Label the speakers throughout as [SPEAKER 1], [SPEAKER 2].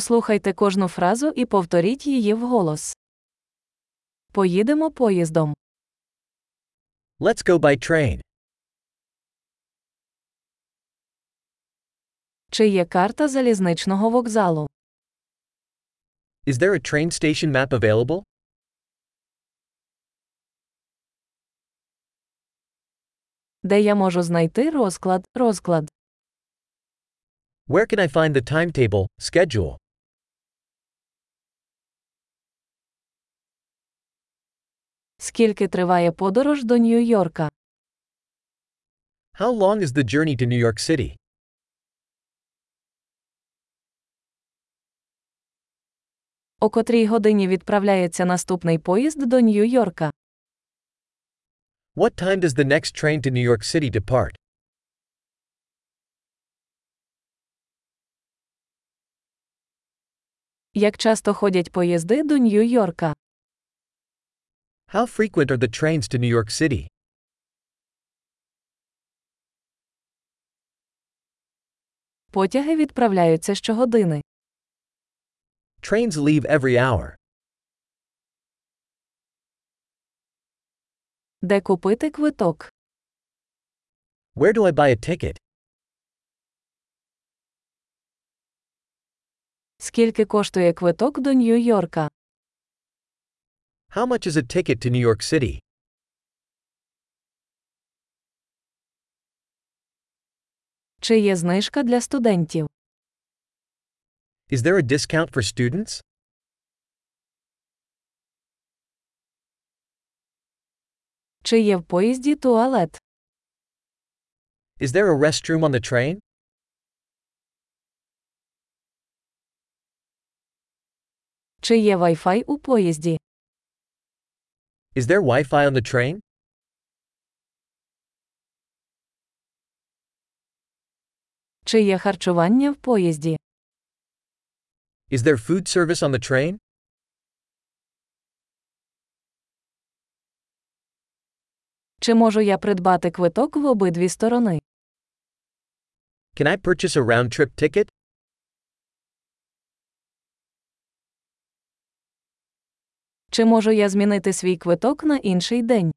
[SPEAKER 1] Послухайте кожну фразу і повторіть її вголос. Поїдемо поїздом.
[SPEAKER 2] Let's go by train.
[SPEAKER 1] Чи є карта залізничного вокзалу?
[SPEAKER 2] Is there a train station map available?
[SPEAKER 1] Де я можу знайти розклад, розклад?
[SPEAKER 2] Where can I find the timetable, schedule?
[SPEAKER 1] Скільки триває подорож до Нью-Йорка?
[SPEAKER 2] How long is the journey to New York City?
[SPEAKER 1] О котрій годині відправляється наступний поїзд до Нью-Йорка?
[SPEAKER 2] What time does the next train to New York City depart?
[SPEAKER 1] Як часто ходять поїзди до Нью-Йорка?
[SPEAKER 2] How frequent are the trains to New York City?
[SPEAKER 1] Потяги відправляються щогодини.
[SPEAKER 2] Trains leave every hour.
[SPEAKER 1] Де купити квиток?
[SPEAKER 2] Where do I buy a ticket?
[SPEAKER 1] Скільки коштує квиток до Нью-Йорка?
[SPEAKER 2] How much is a ticket to New York City?
[SPEAKER 1] Чи є знижка для студентів?
[SPEAKER 2] Is there a discount for students?
[SPEAKER 1] Чи є в поїзді туалет?
[SPEAKER 2] Is there a restroom on the train?
[SPEAKER 1] Чи є Wi-Fi у поїзді?
[SPEAKER 2] Is there Wi Fi on the train?
[SPEAKER 1] Чи є харчування в поїзді?
[SPEAKER 2] Is there food service on the train?
[SPEAKER 1] Чи можу я придбати квиток в обидві сторони?
[SPEAKER 2] Can I purchase a round trip ticket?
[SPEAKER 1] Чи можу я змінити свій квиток на інший день?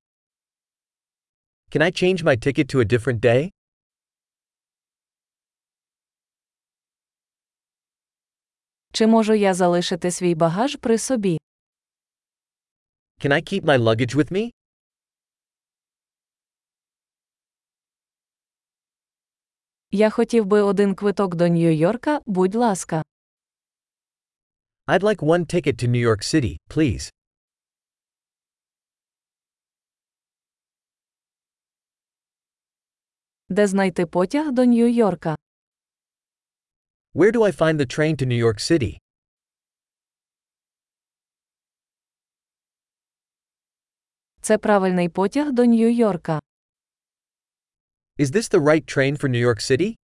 [SPEAKER 2] Can I change my ticket to a different day?
[SPEAKER 1] Чи можу я залишити свій багаж при собі?
[SPEAKER 2] Can I keep my luggage with me?
[SPEAKER 1] Я хотів би один квиток до Нью-Йорка, будь ласка.
[SPEAKER 2] I'd like one ticket to New York City, please.
[SPEAKER 1] Де знайти потяг до Нью-Йорка?
[SPEAKER 2] Where do I find the train to New York City?
[SPEAKER 1] Це правильний потяг до Нью-Йорка.
[SPEAKER 2] Is this the right train for New York City?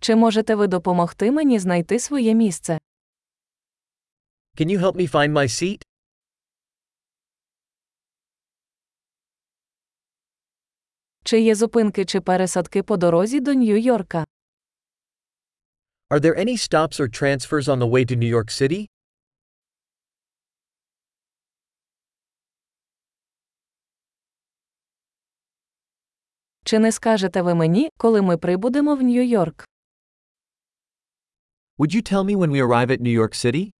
[SPEAKER 1] Чи можете ви допомогти мені знайти своє місце?
[SPEAKER 2] Can you help me find my seat?
[SPEAKER 1] Чи є зупинки чи пересадки по дорозі до Нью-Йорка?
[SPEAKER 2] Are there any stops or transfers on the way to New York City?
[SPEAKER 1] Чи не скажете ви мені, коли ми прибудемо в Нью-Йорк?
[SPEAKER 2] Would you tell me when we arrive at New York City?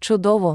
[SPEAKER 1] Чудово!